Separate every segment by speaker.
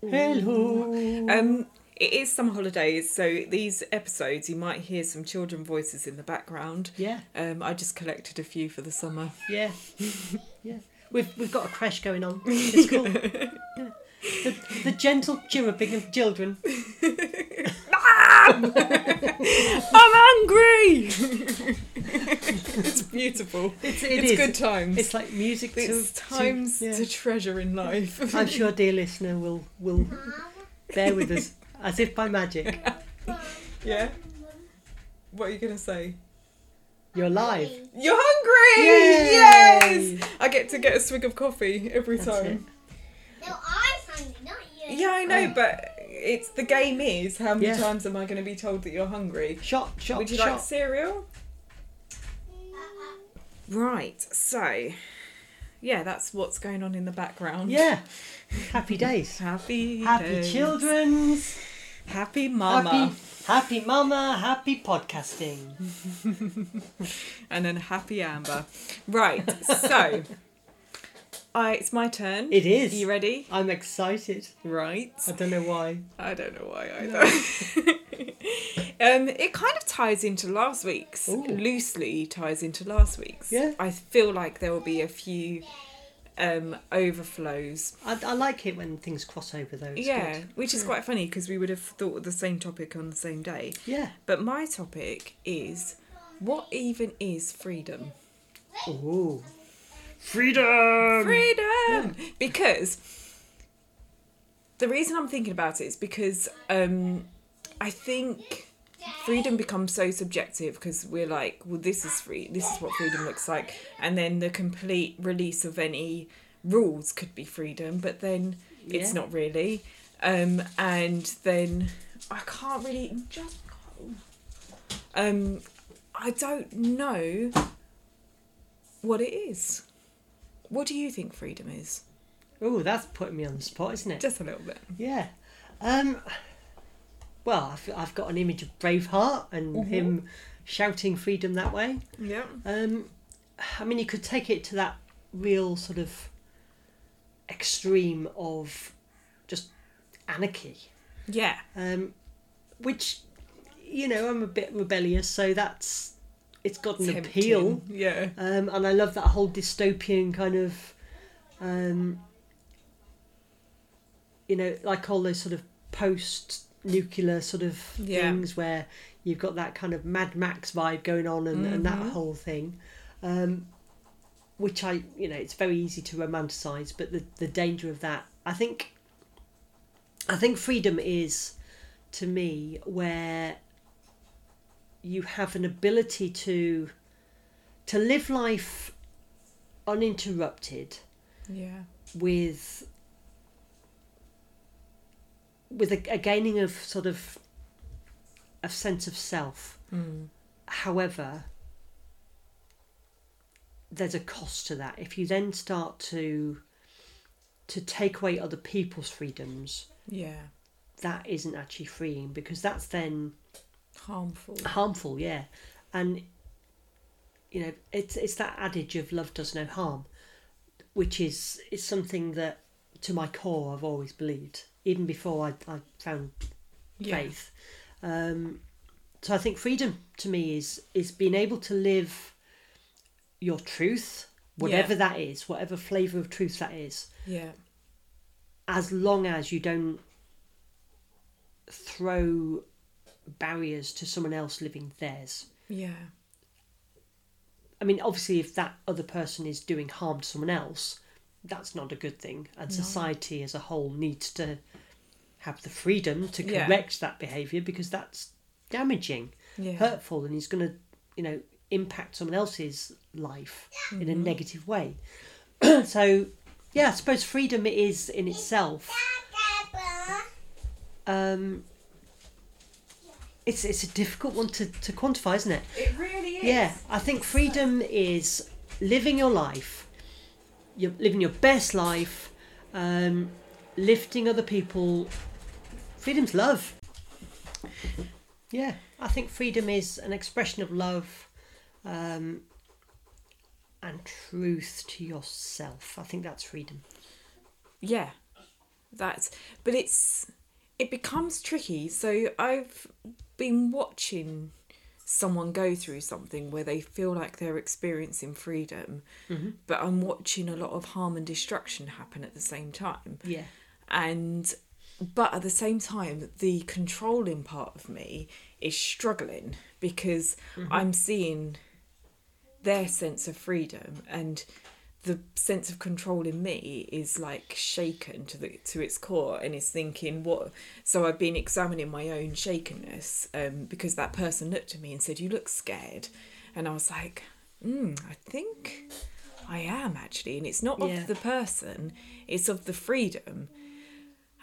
Speaker 1: Hello.
Speaker 2: Um, it is summer holidays, so these episodes you might hear some children voices in the background.
Speaker 1: Yeah,
Speaker 2: Um, I just collected a few for the summer.
Speaker 1: yeah, yeah. We've we've got a crash going on. It's cool. Yeah. The, the gentle chirruping of children.
Speaker 2: I'm angry. it's beautiful.
Speaker 1: It's, it
Speaker 2: it's
Speaker 1: is.
Speaker 2: good times.
Speaker 1: It's like music to
Speaker 2: It's times
Speaker 1: To, yeah.
Speaker 2: to treasure in life.
Speaker 1: I'm sure, dear listener, will will bear with us as if by magic.
Speaker 2: yeah. What are you gonna say?
Speaker 1: You're live.
Speaker 2: You're hungry.
Speaker 1: Yay!
Speaker 2: Yes. I get to get a swig of coffee every
Speaker 1: That's
Speaker 2: time.
Speaker 1: it.
Speaker 3: No, I found it, not you.
Speaker 2: Yeah, I know,
Speaker 1: Oh.
Speaker 2: but it's the game is how many
Speaker 1: Yeah.
Speaker 2: times am I going to be told that you're hungry?
Speaker 1: Shot, shot,
Speaker 2: Would you
Speaker 1: shot.
Speaker 2: like cereal?
Speaker 3: Uh,
Speaker 2: Right. So, yeah, that's what's going on in the background.
Speaker 1: Yeah. Happy days.
Speaker 2: Happy.
Speaker 1: Happy
Speaker 2: days.
Speaker 1: children's.
Speaker 2: Happy mama.
Speaker 1: Happy, happy mama. Happy podcasting.
Speaker 2: And then happy Amber. Right. So, I it's my turn.
Speaker 1: It
Speaker 2: Are
Speaker 1: is.
Speaker 2: you ready?
Speaker 1: I'm excited.
Speaker 2: Right.
Speaker 1: I don't know why.
Speaker 2: I don't know why either. um, it kind of ties into last week's.
Speaker 1: Ooh.
Speaker 2: Loosely ties into last week's.
Speaker 1: Yeah.
Speaker 2: I feel like there will be a few um, overflows.
Speaker 1: I, I like it when things cross over though. It's
Speaker 2: yeah,
Speaker 1: Good.
Speaker 2: which is quite funny because we would have thought of the same topic on the same day.
Speaker 1: Yeah.
Speaker 2: But my topic is what even is freedom?
Speaker 1: Ooh. Freedom.
Speaker 2: Freedom! Because the reason I'm thinking about it is because um, I think freedom becomes so subjective because we're like, well, this is free, this is what freedom looks like, and then the complete release of any rules could be freedom, but then it's
Speaker 1: Yeah.
Speaker 2: not really. Um, and then I can't really just. Um, I don't know what it is. What do you think freedom is?
Speaker 1: Ooh, that's putting me on the spot, isn't it?
Speaker 2: Just a little bit.
Speaker 1: Yeah. Um. Well, I've, I've got an image of Braveheart and him shouting freedom that way.
Speaker 2: Yeah.
Speaker 1: Um, I mean, you could take it to that real sort of extreme of just anarchy,
Speaker 2: Yeah.
Speaker 1: um, which you know I'm a bit rebellious, so that's it's got an appeal,
Speaker 2: Tempting. Yeah.
Speaker 1: um, and I love that whole dystopian kind of, um, you know, like all those sort of post nuclear sort of
Speaker 2: Yeah.
Speaker 1: things where you've got that kind of Mad Max vibe going on and, and that whole thing. Um, which I, you know, it's very easy to romanticize, but the, the danger of that, I think, I think freedom is to me where you have an ability to to live life uninterrupted
Speaker 2: Yeah.
Speaker 1: with with a, a gaining of sort of a sense of self. However, there's a cost to that. If you then start to to take away other people's freedoms,
Speaker 2: Yeah.
Speaker 1: that isn't actually freeing because that's then
Speaker 2: Harmful.
Speaker 1: harmful yeah and you know it's it's that adage of love does no harm which is is something that to my core i've always believed even before i, I found
Speaker 2: Yeah.
Speaker 1: faith um so i think freedom to me is is being able to live your truth whatever that is whatever flavor of truth that is
Speaker 2: Yeah.
Speaker 1: as long as you don't throw barriers to someone else living theirs
Speaker 2: Yeah.
Speaker 1: I mean, obviously, if that other person is doing harm to someone else, that's not a good thing. And society as a whole needs to have the freedom to
Speaker 2: Yeah.
Speaker 1: correct that behaviour because that's damaging,
Speaker 2: Yeah.
Speaker 1: hurtful, and is going to, you know, impact someone else's life in
Speaker 2: Mm-hmm.
Speaker 1: a negative way. so, yeah, I suppose freedom is in itself.
Speaker 3: uh,
Speaker 1: Um, it's it's a difficult one to, to quantify, isn't it?
Speaker 2: It really is.
Speaker 1: Yeah, I think freedom is living your life, you're living your best life, um, lifting other people. Freedom's love. Yeah, I think freedom is an expression of love um, and truth to yourself. I think that's freedom.
Speaker 2: Yeah. that but it's it becomes tricky so i've been watching someone go through something where they feel like they're experiencing freedom but i'm watching a lot of harm and destruction happen at the same time
Speaker 1: Yeah.
Speaker 2: and but at the same time the controlling part of me is struggling because i'm seeing their sense of freedom and the sense of control in me is like shaken to the to its core and is thinking what so i've been examining my own shakenness um, because that person looked at me and said you look scared and i was like mm, i think i am actually and it's not
Speaker 1: Yeah.
Speaker 2: of the person it's of the freedom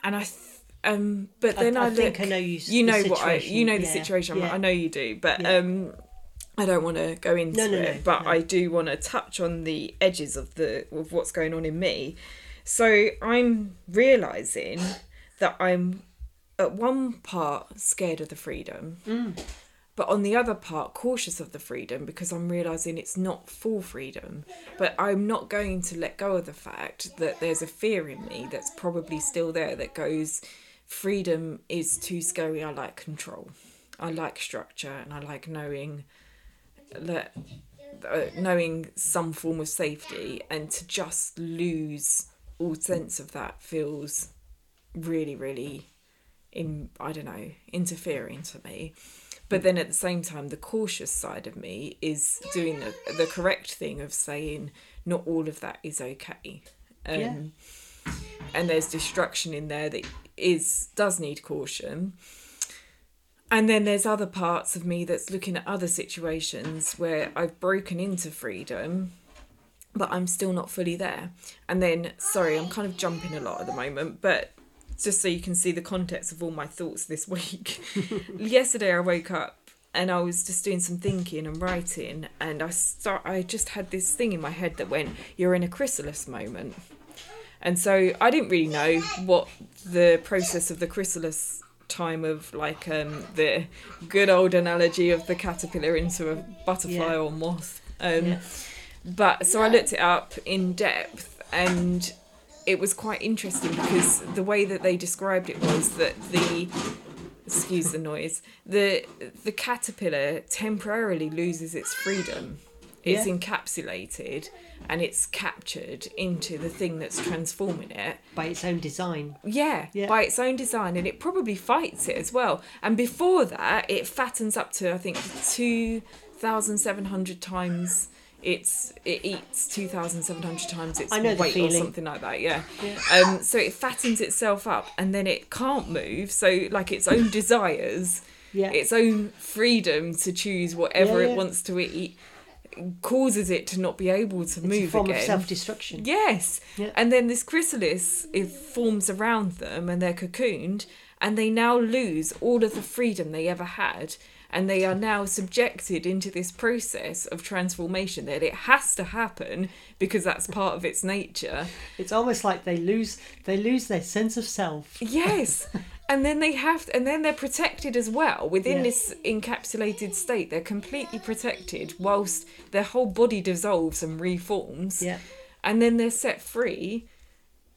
Speaker 2: and i th- um but
Speaker 1: I-
Speaker 2: then i,
Speaker 1: I think
Speaker 2: look-
Speaker 1: I know you s-
Speaker 2: you
Speaker 1: the
Speaker 2: know what i
Speaker 1: situation.
Speaker 2: you know the
Speaker 1: Yeah,
Speaker 2: situation I'm-
Speaker 1: yeah.
Speaker 2: i know you do but
Speaker 1: Yeah.
Speaker 2: um I don't want to go into
Speaker 1: No, no,
Speaker 2: it,
Speaker 1: no,
Speaker 2: but
Speaker 1: no.
Speaker 2: I do want to touch on the edges of the of what's going on in me. So I'm realizing that I'm at one part scared of the freedom,
Speaker 1: Mm.
Speaker 2: but on the other part cautious of the freedom because I'm realizing it's not full freedom. But I'm not going to let go of the fact that there's a fear in me that's probably still there that goes freedom is too scary. I like control. I like structure and I like knowing that uh, knowing some form of safety and to just lose all sense of that feels really really in I don't know interfering to me but then at the same time the cautious side of me is doing the, the correct thing of saying not all of that is okay um,
Speaker 1: Yeah.
Speaker 2: and there's destruction in there that is does need caution and then there's other parts of me that's looking at other situations where I've broken into freedom, but I'm still not fully there. And then, sorry, I'm kind of jumping a lot at the moment, but just so you can see the context of all my thoughts this week. Yesterday, I woke up and I was just doing some thinking and writing, and I start. I just had this thing in my head that went, "You're in a chrysalis moment." And so I didn't really know what the process of the chrysalis time of like um, the good old analogy of the caterpillar into a butterfly
Speaker 1: Yeah.
Speaker 2: or moth. Um,
Speaker 1: Yeah.
Speaker 2: But so I looked it up in depth and it was quite interesting because the way that they described it was that the excuse the noise the the caterpillar temporarily loses its freedom it's
Speaker 1: Yeah.
Speaker 2: encapsulated and it's captured into the thing that's transforming it
Speaker 1: By its own design.
Speaker 2: yeah,
Speaker 1: Yeah.
Speaker 2: by its own design, and it probably fights it as well. And before that, it fattens up to I think two thousand seven hundred times. It's it eats two thousand seven hundred times its
Speaker 1: I know the
Speaker 2: weight or
Speaker 1: feeling.
Speaker 2: something like that. Yeah. Um. So it fattens itself up, and then it can't move. So like its own desires,
Speaker 1: Yeah.
Speaker 2: its own freedom to choose whatever
Speaker 1: Yeah,
Speaker 2: it
Speaker 1: yeah.
Speaker 2: wants to eat, causes it to not be able to
Speaker 1: it's
Speaker 2: move
Speaker 1: a form
Speaker 2: again.
Speaker 1: of self destruction.
Speaker 2: Yes.
Speaker 1: Yeah.
Speaker 2: And then this chrysalis it forms around them and they're cocooned and they now lose all of the freedom they ever had and they are now subjected into this process of transformation that it has to happen because that's part of its nature.
Speaker 1: It's almost like they lose they lose their sense of self.
Speaker 2: Yes. And then they have, and then they're protected as well. Within
Speaker 1: Yeah.
Speaker 2: this encapsulated state, they're completely protected whilst their whole body dissolves and reforms.
Speaker 1: Yeah.
Speaker 2: And then they're set free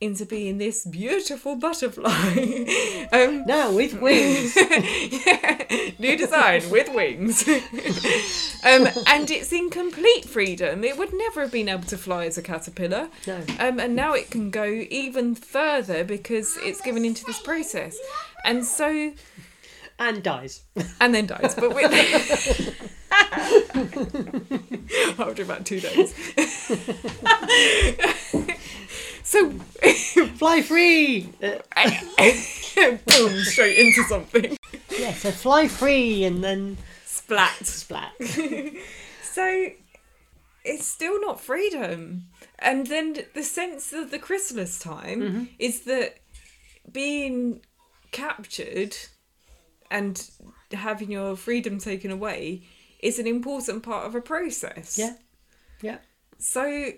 Speaker 2: into being this beautiful butterfly. um,
Speaker 1: No, with wings.
Speaker 2: yeah, new design with wings. um, and it's in complete freedom. It would never have been able to fly as a caterpillar.
Speaker 1: No.
Speaker 2: Um, and now it can go even further because it's given into this process. And so,
Speaker 1: and dies.
Speaker 2: and then dies. But we after about two days. so
Speaker 1: Fly free! Uh,
Speaker 2: boom, straight into something.
Speaker 1: yeah, so fly free and then
Speaker 2: Splat.
Speaker 1: splat.
Speaker 2: So it's still not freedom. And then the sense of the chrysalis time
Speaker 1: Mm-hmm.
Speaker 2: is that being captured and having your freedom taken away is an important part of a process.
Speaker 1: Yeah. Yeah.
Speaker 2: So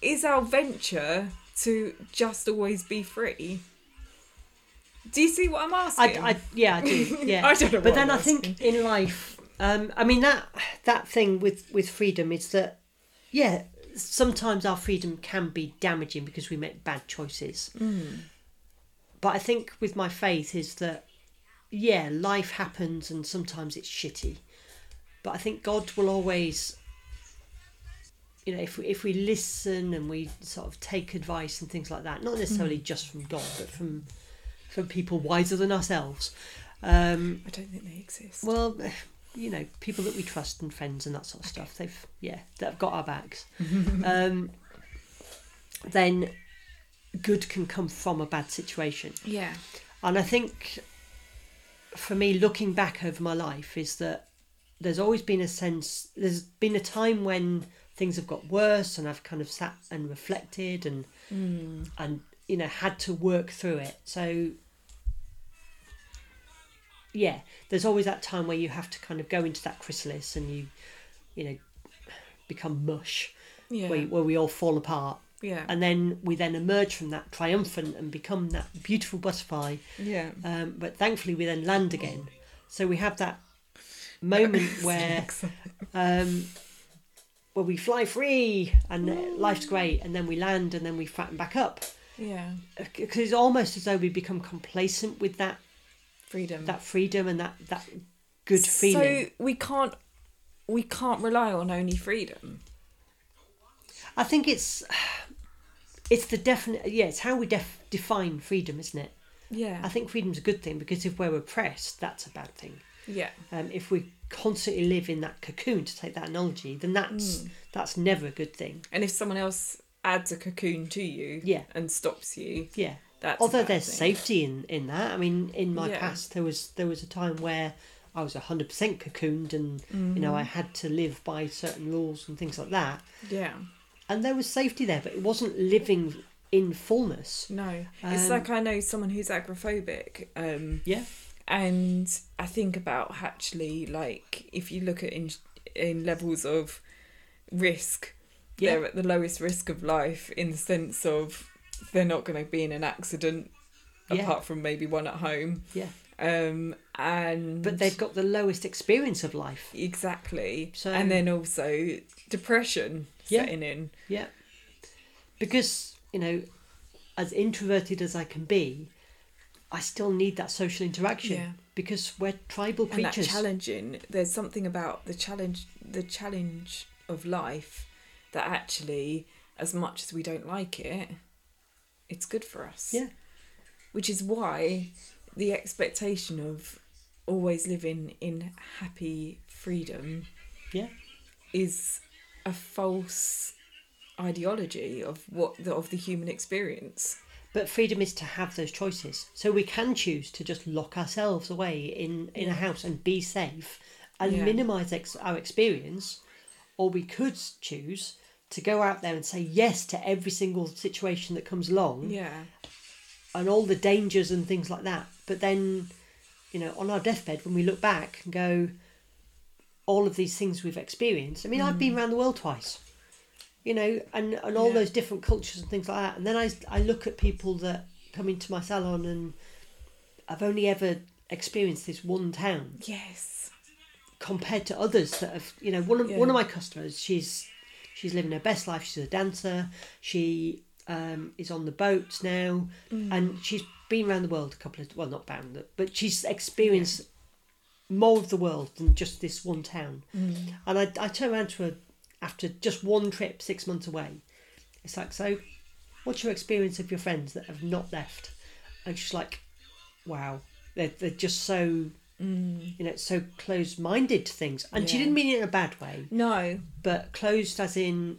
Speaker 2: is our venture to just always be free? Do you see what I'm
Speaker 1: I,
Speaker 2: asking?
Speaker 1: I, yeah, I do. Yeah.
Speaker 2: I don't know
Speaker 1: But
Speaker 2: what
Speaker 1: then
Speaker 2: I'm
Speaker 1: I think in life, um, I mean that that thing with with freedom is that, yeah,
Speaker 2: Mm.
Speaker 1: sometimes our freedom can be damaging because we make bad choices. but I think with my faith is that yeah, life happens and sometimes it's shitty, but I think God will always. You know, if we, if we listen and we sort of take advice and things like that, not
Speaker 2: Mm.
Speaker 1: necessarily just from God, but from from people wiser than ourselves, um,
Speaker 2: I don't think they exist.
Speaker 1: well, you know, people that we trust and friends and that sort of stuff. They've yeah, they've got our backs. um, then good can come from a bad situation,
Speaker 2: yeah.
Speaker 1: and I think for me, looking back over my life, is that there's always been a sense. There's been a time when things have got worse, and I've kind of sat and reflected and and you know had to work through it. So yeah, there's always that time where you have to kind of go into that chrysalis and you you know become mush,
Speaker 2: Yeah.
Speaker 1: where, where we all fall apart.
Speaker 2: yeah.
Speaker 1: And then we then emerge from that triumphant and become that beautiful butterfly
Speaker 2: yeah.
Speaker 1: um, but thankfully we then land again so we have that moment where um, where we fly free and uh, life's great and then we land and then we fatten back up
Speaker 2: yeah.
Speaker 1: because it's almost as though we become complacent with that
Speaker 2: Freedom.
Speaker 1: that freedom and that that good feeling
Speaker 2: So we can't we can't rely on only freedom.
Speaker 1: i think it's it's the definite yeah it's how we def- define freedom isn't it
Speaker 2: Yeah.
Speaker 1: i think freedom's a good thing because if we're oppressed that's a bad thing
Speaker 2: yeah.
Speaker 1: um, if we constantly live in that cocoon to take that analogy then
Speaker 2: Hmm.
Speaker 1: that's that's never a good thing
Speaker 2: And if someone else adds a cocoon to you
Speaker 1: Yeah.
Speaker 2: and stops you,
Speaker 1: yeah
Speaker 2: that's a
Speaker 1: although
Speaker 2: bad
Speaker 1: there's
Speaker 2: thing.
Speaker 1: safety in in that i mean in my
Speaker 2: Yeah.
Speaker 1: past there was there was a time where i was 100% cocooned and you
Speaker 2: Mm-hmm.
Speaker 1: know i had to live by certain rules and things like that
Speaker 2: Yeah.
Speaker 1: and there was safety there but it wasn't living in fullness
Speaker 2: No. it's
Speaker 1: Um,
Speaker 2: like I know someone who's agoraphobic. Um
Speaker 1: yeah
Speaker 2: and I think about actually like if you look at in in levels of risk,
Speaker 1: Yeah.
Speaker 2: they're at the lowest risk of life in the sense of they're not going to be in an accident
Speaker 1: Yeah.
Speaker 2: apart from maybe one at home.
Speaker 1: yeah
Speaker 2: Um and
Speaker 1: but they've got the lowest experience of life
Speaker 2: exactly
Speaker 1: So-
Speaker 2: and then also depression
Speaker 1: Yeah.
Speaker 2: setting in.
Speaker 1: Yeah. Because, you know, as introverted as I can be, I still need that social interaction
Speaker 2: Yeah.
Speaker 1: because we're tribal
Speaker 2: and that
Speaker 1: creatures.
Speaker 2: challenging there's something about the challenge the challenge of life that actually as much as we don't like it it's good for us
Speaker 1: Yeah.
Speaker 2: which is why the expectation of always living in happy freedom
Speaker 1: Yeah.
Speaker 2: is a false ideology of what the, of the human experience
Speaker 1: But freedom is to have those choices. So we can choose to just lock ourselves away in, in a house and be safe and
Speaker 2: Yeah.
Speaker 1: minimize ex- our experience, or we could choose to go out there and say yes to every single situation that comes along.
Speaker 2: yeah
Speaker 1: and all the dangers and things like that. But then, you know, on our deathbed, when we look back and go, all of these things we've experienced. I mean, I've been around the world twice, you know, and, and all
Speaker 2: Mm. Yeah.
Speaker 1: those different cultures and things like that. And then I, I look at people that come into my salon and I've only ever experienced this one town
Speaker 2: yes
Speaker 1: compared to others that have you know one of
Speaker 2: Yeah.
Speaker 1: one of my customers she's she's living her best life she's a dancer she um, is on the boats now and she's been around the world a couple of well not bound the- but she's experienced more of the world than just this one town and I, I turned around to her after just one trip six months away it's like so what's your experience of your friends that have not left and she's like wow they're, they're just so you know, so closed minded to things. And she
Speaker 2: Yeah.
Speaker 1: didn't mean it in a bad way,
Speaker 2: no
Speaker 1: but closed as in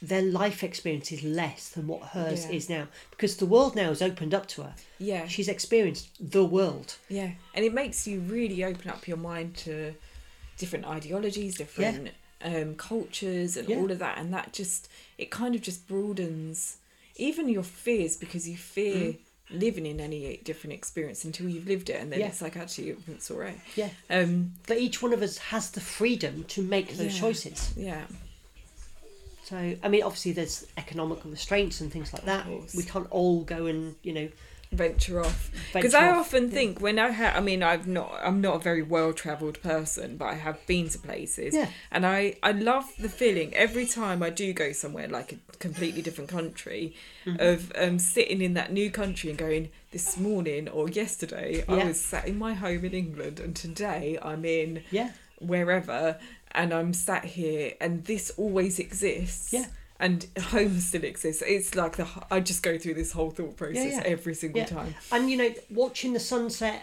Speaker 1: their life experience is less than what hers
Speaker 2: Yeah.
Speaker 1: is now because the world now has opened up to her.
Speaker 2: yeah
Speaker 1: She's experienced the world.
Speaker 2: Yeah, and it makes you really open up your mind to different ideologies, different um, cultures, and
Speaker 1: Yeah.
Speaker 2: all of that. And that just it kind of just broadens even your fears because you fear living in any different experience until you've lived it, and then
Speaker 1: Mm. Yeah.
Speaker 2: it's like actually it's all right.
Speaker 1: Yeah.
Speaker 2: Um,
Speaker 1: But each one of us has the freedom to make those
Speaker 2: Yeah.
Speaker 1: choices.
Speaker 2: yeah,
Speaker 1: So, I mean, obviously, there's economical restraints and things like that.
Speaker 2: course.
Speaker 1: We can't all go and, you know,
Speaker 2: venture off because
Speaker 1: Venture
Speaker 2: I
Speaker 1: off,
Speaker 2: often
Speaker 1: yeah.
Speaker 2: think when I ha- I mean I've not I'm not a very well travelled person but I have been to places
Speaker 1: Yeah.
Speaker 2: and I I love the feeling every time I do go somewhere like a completely different country
Speaker 1: Mm-hmm.
Speaker 2: of um sitting in that new country and going this morning or yesterday I
Speaker 1: Yeah.
Speaker 2: was sat in my home in England and today I'm in
Speaker 1: Yeah.
Speaker 2: wherever and I'm sat here and this always exists.
Speaker 1: Yeah.
Speaker 2: And home still exists. It's like the I just go through this whole thought process
Speaker 1: yeah.
Speaker 2: every single
Speaker 1: Yeah.
Speaker 2: time. Mm.
Speaker 1: And you know, watching the sunset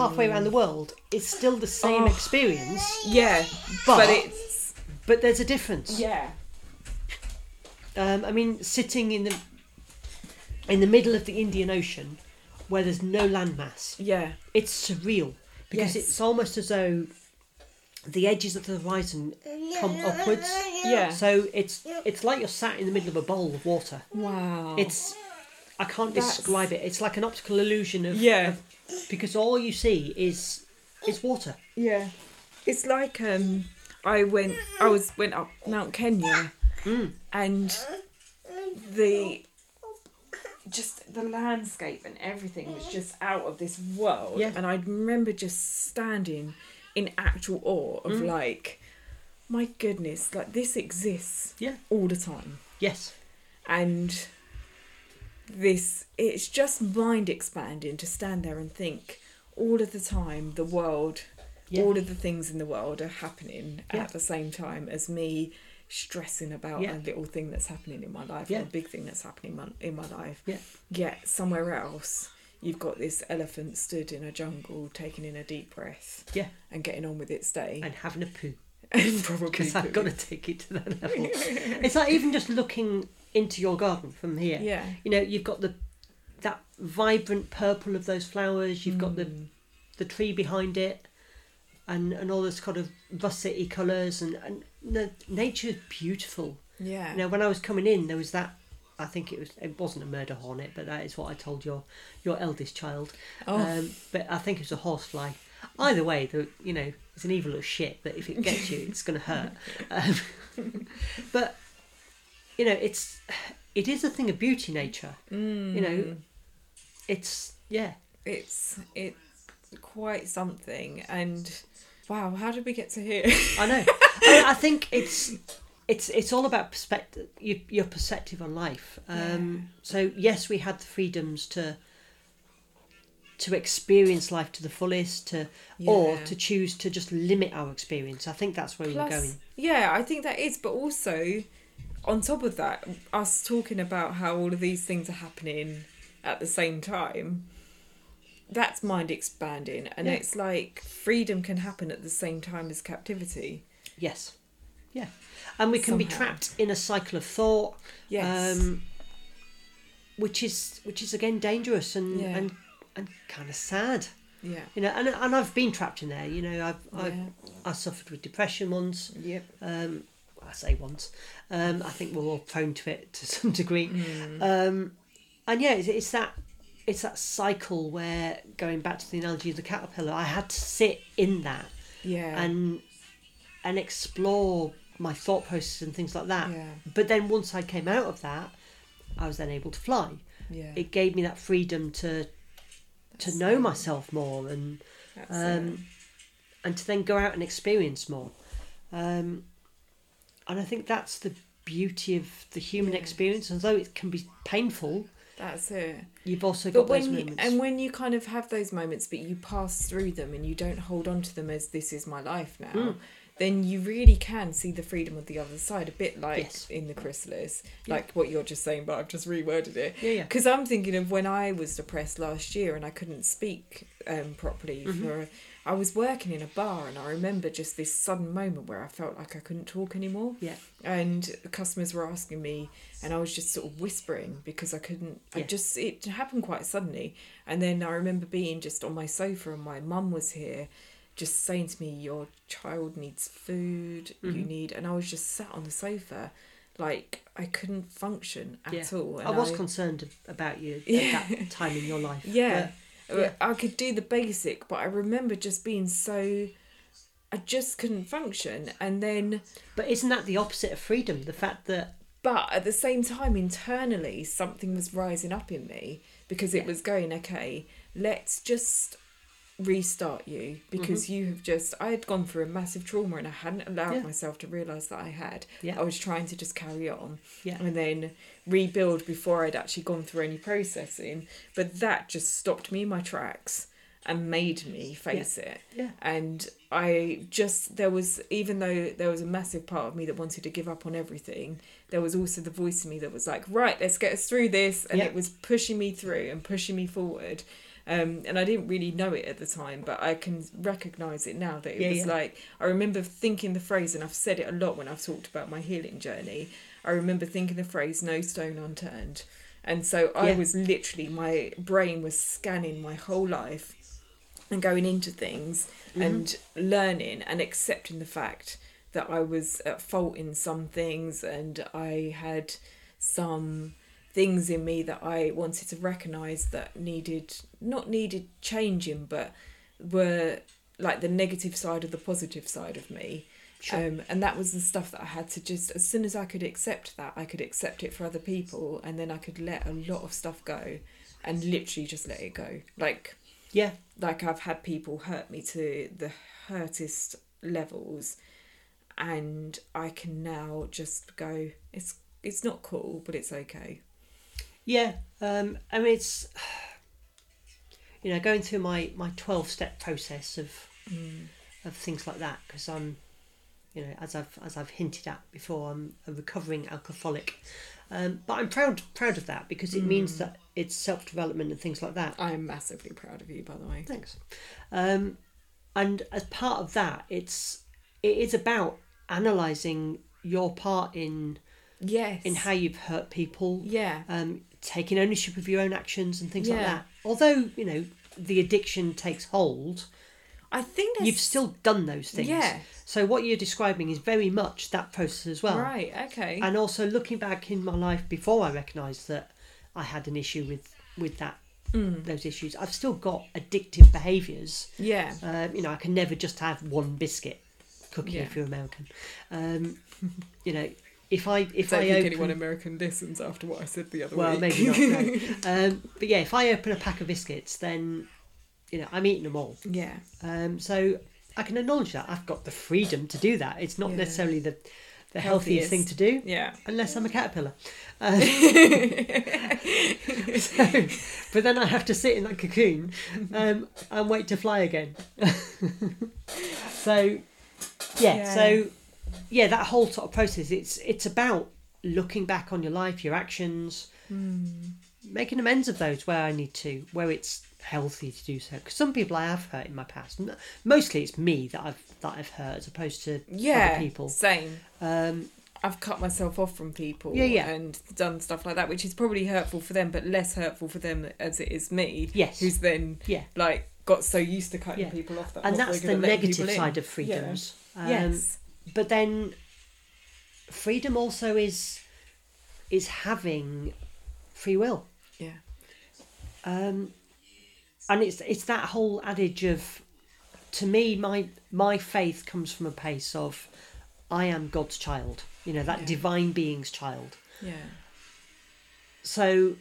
Speaker 1: halfway around the world is still the same
Speaker 2: Oh.
Speaker 1: experience,
Speaker 2: Yeah.
Speaker 1: But-
Speaker 2: But, it's
Speaker 1: but there's a difference.
Speaker 2: yeah.
Speaker 1: Um, I mean, sitting in the in the middle of the Indian Ocean, where there's no landmass,
Speaker 2: Yeah.
Speaker 1: it's surreal because
Speaker 2: Yes.
Speaker 1: it's almost as though the edges of the horizon come upwards.
Speaker 2: Yeah.
Speaker 1: So it's it's like you're sat in the middle of a bowl of water.
Speaker 2: wow.
Speaker 1: It's I can't
Speaker 2: That's-
Speaker 1: describe it. It's like an optical illusion of
Speaker 2: yeah.
Speaker 1: because all you see is is water.
Speaker 2: Yeah. It's like um I went I was went up Mount Kenya
Speaker 1: Mm.
Speaker 2: and the just the landscape and everything was just out of this world.
Speaker 1: Yeah.
Speaker 2: And I remember just standing in actual awe of
Speaker 1: Mm.
Speaker 2: like my goodness, like this exists
Speaker 1: Yeah.
Speaker 2: all the time.
Speaker 1: Yes.
Speaker 2: And this it's just mind expanding to stand there and think all of the time the world
Speaker 1: Yeah.
Speaker 2: all of the things in the world are happening
Speaker 1: Yeah.
Speaker 2: at the same time as me stressing about
Speaker 1: Yeah.
Speaker 2: a little thing that's happening in my life
Speaker 1: Yeah.
Speaker 2: or a big thing that's happening in my, in my life
Speaker 1: Yeah.
Speaker 2: yet somewhere else you've got this elephant stood in a jungle taking in a deep breath
Speaker 1: Yeah.
Speaker 2: and getting on with its day
Speaker 1: And having a poo.
Speaker 2: and probably
Speaker 1: because I've got to take it to that level. it's like even just looking into your garden from here.
Speaker 2: Yeah.
Speaker 1: You know, you've got the that vibrant purple of those flowers. You've got the the tree behind it, and and all those kind of russety colours. And and the nature is beautiful.
Speaker 2: yeah
Speaker 1: You know, when I was coming in, there was that. I think it was. It wasn't a murder hornet, but that is what I told your your eldest child.
Speaker 2: Oh.
Speaker 1: Um, but I think it was a horsefly. Either way, the, you know, it's an evil little shit. But if it gets you, it's going to hurt. Um, but you know, it's it is a thing of beauty, nature.
Speaker 2: Mm.
Speaker 1: You know, it's yeah,
Speaker 2: it's it's quite something and wow how did we get to here
Speaker 1: I know. I, I think it's it's it's all about perspective, your, your perspective on life. Um, So yes, we had the freedoms to to experience life to the fullest, to or
Speaker 2: Yeah.
Speaker 1: to choose to just limit our experience. I think that's where we were going.
Speaker 2: yeah, I think that is. But also, on top of that, us talking about how all of these things are happening at the same time, that's mind expanding, and
Speaker 1: Yeah.
Speaker 2: it's like freedom can happen at the same time as captivity.
Speaker 1: Yes, yeah, and we can be
Speaker 2: Somehow.
Speaker 1: trapped in a cycle of thought.
Speaker 2: Yes.
Speaker 1: Um, which is which is again dangerous and
Speaker 2: Yeah.
Speaker 1: and and kind of sad.
Speaker 2: yeah.
Speaker 1: you know and, and i've been trapped in there you know i've,
Speaker 2: Yeah.
Speaker 1: I've i suffered with depression once
Speaker 2: Yep.
Speaker 1: um i say once um i think we're all prone to it to some degree
Speaker 2: Hmm.
Speaker 1: um and yeah it's, it's that it's that cycle where going back to the analogy of the caterpillar i had to sit in that
Speaker 2: Yeah.
Speaker 1: and and explore my thought process and things like that
Speaker 2: Yeah.
Speaker 1: but then once i came out of that i was then able to fly
Speaker 2: yeah.
Speaker 1: it gave me that freedom to to know myself more and
Speaker 2: That's it.
Speaker 1: um, and to then go out and experience more. Um, and I think that's the beauty of the human
Speaker 2: Yeah.
Speaker 1: experience. Although it can be painful,
Speaker 2: That's it.
Speaker 1: you've also
Speaker 2: But
Speaker 1: got those
Speaker 2: when you,
Speaker 1: moments.
Speaker 2: and when you kind of have those moments, but you pass through them and you don't hold on to them as this is my life now,
Speaker 1: Hmm.
Speaker 2: then you really can see the freedom of the other side, a bit like
Speaker 1: Yes.
Speaker 2: in the chrysalis, like what you're just saying, but I've just reworded it.
Speaker 1: Yeah, yeah.
Speaker 2: Because I'm thinking of when I was depressed last year and I couldn't speak um, properly
Speaker 1: Mm-hmm.
Speaker 2: for. I was working in a bar and I remember just this sudden moment where I felt like I couldn't talk anymore
Speaker 1: yeah,
Speaker 2: and customers were asking me and i was just sort of whispering because i couldn't i
Speaker 1: Yeah.
Speaker 2: just it happened quite suddenly and then i remember being just on my sofa and my mum was here just saying to me your child needs food
Speaker 1: Mm-hmm.
Speaker 2: you need and i was just sat on the sofa like i couldn't function at
Speaker 1: yeah.
Speaker 2: all and
Speaker 1: I was concerned ab- about you at that time in your life.
Speaker 2: yeah. Uh,
Speaker 1: yeah.
Speaker 2: I could do the basic, but I remember just being so. I just couldn't function. And then,
Speaker 1: But, but isn't that the opposite of freedom? The fact that
Speaker 2: But at the same time, internally, something was rising up in me because it
Speaker 1: Yeah.
Speaker 2: was going, okay, let's just restart you because you have just I had gone through a massive trauma and I hadn't allowed
Speaker 1: Mm-hmm. Yeah.
Speaker 2: myself to realise that I had.
Speaker 1: Yeah.
Speaker 2: I was trying to just carry on
Speaker 1: Yeah.
Speaker 2: and then rebuild before I'd actually gone through any processing. But that just stopped me in my tracks and made me face it.
Speaker 1: Yeah.
Speaker 2: And I just there was even though there was a massive part of me that wanted to give up on everything, there was also the voice in me that was like, Right, let's get us through this and
Speaker 1: Yeah.
Speaker 2: it was pushing me through and pushing me forward. Um, and I didn't really know it at the time, but I can recognise it now that it
Speaker 1: Yeah,
Speaker 2: was
Speaker 1: yeah.
Speaker 2: like I remember thinking the phrase, and I've said it a lot when I've talked about my healing journey. I remember thinking the phrase "no stone unturned," and so I
Speaker 1: Yeah.
Speaker 2: was literally my brain was scanning my whole life and going into things and learning and accepting the fact that I was at fault in some things and I had some things in me that I wanted to recognize that needed not needed changing but were like the negative side of the positive side of me.
Speaker 1: Sure.
Speaker 2: Um, and that was the stuff that I had to just, as soon as I could accept that, I could accept it for other people, and then I could let a lot of stuff go, and literally just let it go. Like,
Speaker 1: Yeah.
Speaker 2: like I've had people hurt me to the hurtest levels, and I can now just go. It's it's not cool, but it's okay.
Speaker 1: Yeah, um, I mean it's you know going through my my twelve step process of of things like that because I'm you know as I've as I've hinted at before I'm a recovering alcoholic, um, but I'm proud proud of that because it means that it's self development and things like that.
Speaker 2: I'm massively proud of you, by the way.
Speaker 1: Thanks. Um, and as part of that, it's it is about analysing your part in
Speaker 2: Yes.
Speaker 1: in how you've hurt people,
Speaker 2: Yeah.
Speaker 1: um, taking ownership of your own actions and things like
Speaker 2: Yeah.
Speaker 1: that. Although you know the addiction takes hold,
Speaker 2: I think
Speaker 1: you've
Speaker 2: that's-
Speaker 1: still done those things.
Speaker 2: Yeah.
Speaker 1: So what you're describing is very much that process as well.
Speaker 2: right. Okay.
Speaker 1: And also looking back in my life before I recognised that I had an issue with with that
Speaker 2: Mm.
Speaker 1: those issues, I've still got addictive behaviours.
Speaker 2: yeah.
Speaker 1: Um, you know, I can never just have one biscuit cookie
Speaker 2: Yeah.
Speaker 1: if you're American. Um, you know, if I if
Speaker 2: don't
Speaker 1: I
Speaker 2: think
Speaker 1: open,
Speaker 2: anyone American listens after what I said the other
Speaker 1: Well,
Speaker 2: week.
Speaker 1: maybe not. No. um, but yeah, if I open a pack of biscuits, then you know I'm eating them all.
Speaker 2: yeah.
Speaker 1: Um, so I can acknowledge that I've got the freedom to do that. It's not
Speaker 2: Yeah.
Speaker 1: necessarily the the healthiest, thing to do,
Speaker 2: Yeah.
Speaker 1: unless I'm a caterpillar. Um, so, but then I have to sit in that cocoon um, and wait to fly again. so yeah,
Speaker 2: Yeah.
Speaker 1: so yeah, that whole sort of process. It's it's about looking back on your life, your actions, making amends of those where I need to, where it's healthy to do so. Because some people I have hurt in my past. N- Mostly it's me that I've that I've hurt as opposed to
Speaker 2: Yeah.
Speaker 1: other people.
Speaker 2: Same.
Speaker 1: Um,
Speaker 2: I've cut myself off from people
Speaker 1: Yeah, yeah.
Speaker 2: and done stuff like that, which is probably hurtful for them, but less hurtful for them as it is me.
Speaker 1: Yes.
Speaker 2: Who's then
Speaker 1: yeah,
Speaker 2: like got so used to cutting
Speaker 1: Yeah.
Speaker 2: people off that
Speaker 1: and
Speaker 2: I'm not
Speaker 1: that's the
Speaker 2: gonna let
Speaker 1: negative
Speaker 2: people in.
Speaker 1: side of freedoms.
Speaker 2: Yeah.
Speaker 1: Um,
Speaker 2: yes.
Speaker 1: but then freedom also is is having free will
Speaker 2: Yeah.
Speaker 1: um and it's it's that whole adage of to me my my faith comes from a place of i am god's child you know that
Speaker 2: Yeah.
Speaker 1: divine being's child
Speaker 2: Yeah.
Speaker 1: so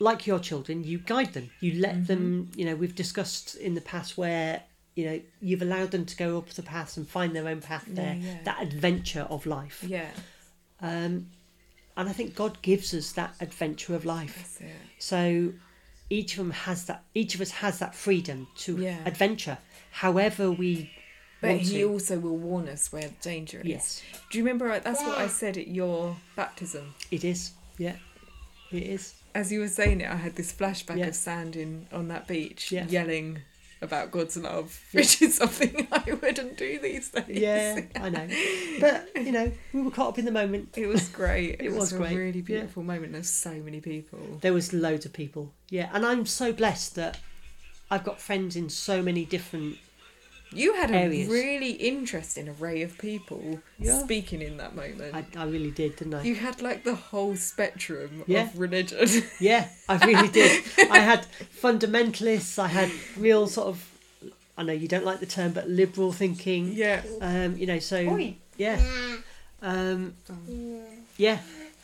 Speaker 1: like your children you guide them you let
Speaker 2: Mm-hmm.
Speaker 1: them you know we've discussed in the past where you know you've allowed them to go up the path and find their own path
Speaker 2: Yeah,
Speaker 1: there
Speaker 2: yeah.
Speaker 1: that adventure of life
Speaker 2: Yeah.
Speaker 1: um, and I think God gives us that adventure of life.
Speaker 2: That's it.
Speaker 1: So each of them has that. Each of us has that freedom to
Speaker 2: Yeah.
Speaker 1: adventure, however we
Speaker 2: But
Speaker 1: want
Speaker 2: he
Speaker 1: to.
Speaker 2: also will warn us where danger is.
Speaker 1: Yes,
Speaker 2: Do you remember? uh, That's what I said at your baptism.
Speaker 1: it is. Yeah, it is.
Speaker 2: as you were saying it, I had this flashback
Speaker 1: Yeah.
Speaker 2: of sand in on that beach
Speaker 1: Yeah.
Speaker 2: yelling about God's love, which is something I wouldn't do these days.
Speaker 1: Yeah, I know. But you know, we were caught up in the moment.
Speaker 2: It was great. It,
Speaker 1: It
Speaker 2: was,
Speaker 1: was great,
Speaker 2: a really
Speaker 1: yeah.
Speaker 2: beautiful moment. There's so many people.
Speaker 1: There was loads of people. Yeah, and I'm so blessed that I've got friends in so many different.
Speaker 2: You had a
Speaker 1: Areas.
Speaker 2: really interesting array of people
Speaker 1: Yeah.
Speaker 2: speaking in that moment.
Speaker 1: I, I really did, didn't I?
Speaker 2: you had like the whole spectrum
Speaker 1: Yeah.
Speaker 2: of religion.
Speaker 1: Yeah, I really did. I had fundamentalists. I had real sort of. I know you don't like the term, but liberal thinking.
Speaker 2: yeah.
Speaker 1: Um, you know, so
Speaker 2: Oi.
Speaker 1: yeah. Um, yeah,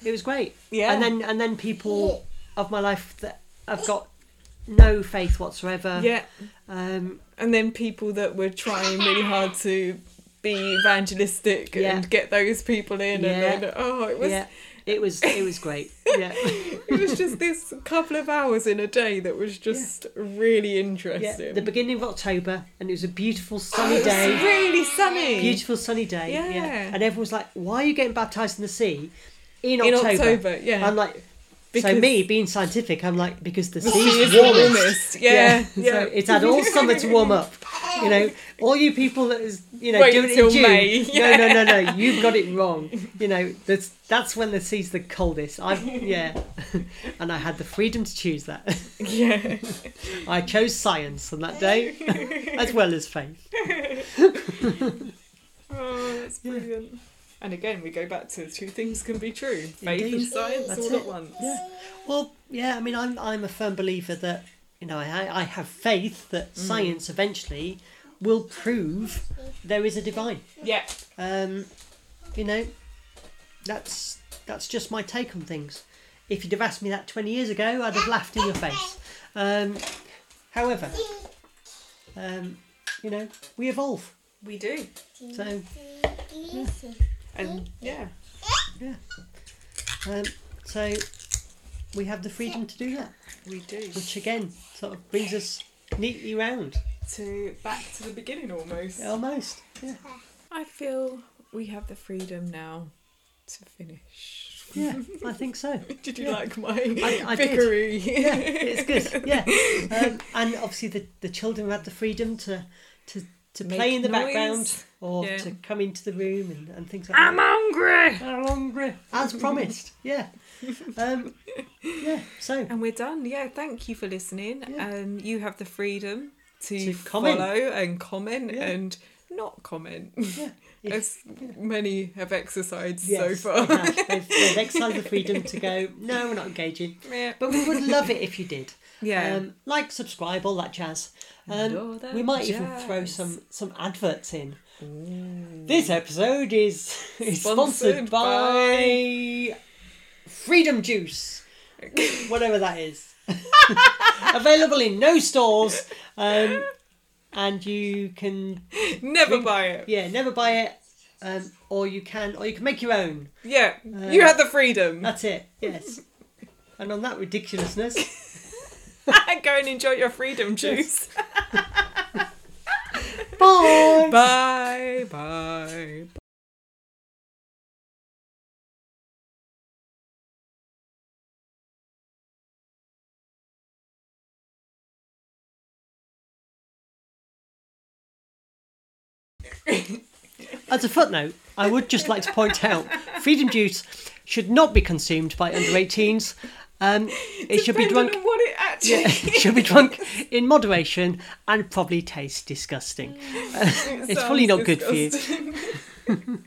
Speaker 1: it was great.
Speaker 2: Yeah.
Speaker 1: and then and then people of my life that I've got no faith whatsoever.
Speaker 2: yeah.
Speaker 1: Um,
Speaker 2: And then people that were trying really hard to be evangelistic
Speaker 1: Yeah.
Speaker 2: and get those people in,
Speaker 1: Yeah.
Speaker 2: and then oh, it was
Speaker 1: yeah, it was it was great. Yeah,
Speaker 2: it was just this couple of hours in a day that was just really
Speaker 1: yeah.
Speaker 2: interesting.
Speaker 1: The beginning of October, and it was a beautiful
Speaker 2: Oh, It
Speaker 1: sunny
Speaker 2: was
Speaker 1: day.
Speaker 2: really sunny.
Speaker 1: Beautiful sunny day. Yeah.
Speaker 2: Yeah.
Speaker 1: and everyone's like, "Why are you getting baptized in the sea in
Speaker 2: In
Speaker 1: October?"
Speaker 2: October, yeah.
Speaker 1: I'm like, so
Speaker 2: Because-
Speaker 1: me being scientific, I'm like, because the sea
Speaker 2: It's
Speaker 1: is
Speaker 2: the
Speaker 1: warmest.
Speaker 2: warmest. Yeah, yeah.
Speaker 1: So it's had all summer to warm up. You know, all you people that is you know
Speaker 2: Wait
Speaker 1: doing it
Speaker 2: till
Speaker 1: in June.
Speaker 2: May.
Speaker 1: No, no, no, no. You've got it wrong. You know, that's that's when the sea's the coldest. I yeah, and I had the freedom to choose that.
Speaker 2: yeah.
Speaker 1: I chose science on that day, as well as faith.
Speaker 2: Oh, that's
Speaker 1: Yeah.
Speaker 2: brilliant. And again, we go back to two things can be true: faith and
Speaker 1: Indeed.
Speaker 2: science
Speaker 1: That's
Speaker 2: all
Speaker 1: it.
Speaker 2: at once.
Speaker 1: Yeah. Well, yeah. I mean, I'm I'm a firm believer that you know I I have faith that science eventually will prove there is a divine.
Speaker 2: Yeah.
Speaker 1: Um, you know, that's that's just my take on things. If you'd have asked me that twenty years ago, I'd have laughed in your face. Um, however, um, you know, we evolve.
Speaker 2: we do.
Speaker 1: So
Speaker 3: uh,
Speaker 2: And yeah,
Speaker 1: um, so we have the freedom to do that,
Speaker 2: we do.
Speaker 1: which again sort of brings us neatly round,
Speaker 2: To back to the beginning almost.
Speaker 1: almost. Yeah.
Speaker 2: I feel we have the freedom now to finish.
Speaker 1: Yeah, I think so.
Speaker 2: Did you like my
Speaker 1: I did.
Speaker 2: vickery?
Speaker 1: Yeah, it's good. Yeah, um, and obviously the, the children had the freedom to to, to
Speaker 2: Make
Speaker 1: play in the
Speaker 2: noise.
Speaker 1: background or
Speaker 2: Yeah.
Speaker 1: to come into the room and, and things like
Speaker 2: I'm
Speaker 1: that.
Speaker 2: hungry.
Speaker 1: I'm hungry, as promised. Yeah, um, yeah. So
Speaker 2: And we're done. Yeah, thank you for listening.
Speaker 1: Yeah.
Speaker 2: Um, you have the freedom to,
Speaker 1: To
Speaker 2: follow
Speaker 1: comment.
Speaker 2: and comment
Speaker 1: Yeah.
Speaker 2: and not comment.
Speaker 1: yeah, if-
Speaker 2: As many have exercised
Speaker 1: yes,
Speaker 2: so
Speaker 1: they
Speaker 2: far.
Speaker 1: have. They've, they've exercised the freedom to go. No, we're not engaging.
Speaker 2: yeah.
Speaker 1: But we would love it if you did.
Speaker 2: Yeah.
Speaker 1: Um, like, subscribe, all that jazz.
Speaker 2: And all
Speaker 1: Um,
Speaker 2: that
Speaker 1: we might even throw
Speaker 2: jazz.
Speaker 1: some some adverts in. This episode is, is
Speaker 2: Sponsored
Speaker 1: sponsored by Freedom Juice, whatever that is. Available in no stores, um, and you can
Speaker 2: Never buy it.
Speaker 1: yeah never buy it, um, or you can or you can make your own.
Speaker 2: Yeah. you had the freedom.
Speaker 1: That's it. Yes. And on that ridiculousness,
Speaker 2: Go and enjoy your freedom juice.
Speaker 1: bye.
Speaker 2: bye. Bye.
Speaker 1: As a footnote, I would just like to point out freedom juice should not be consumed by under 18s. Um, it should be
Speaker 2: Depending
Speaker 1: drunk.
Speaker 2: on what it actually
Speaker 1: It should be drunk in moderation and probably taste disgusting.
Speaker 2: It
Speaker 1: It's probably
Speaker 2: sounds
Speaker 1: not good for you.
Speaker 2: disgusting.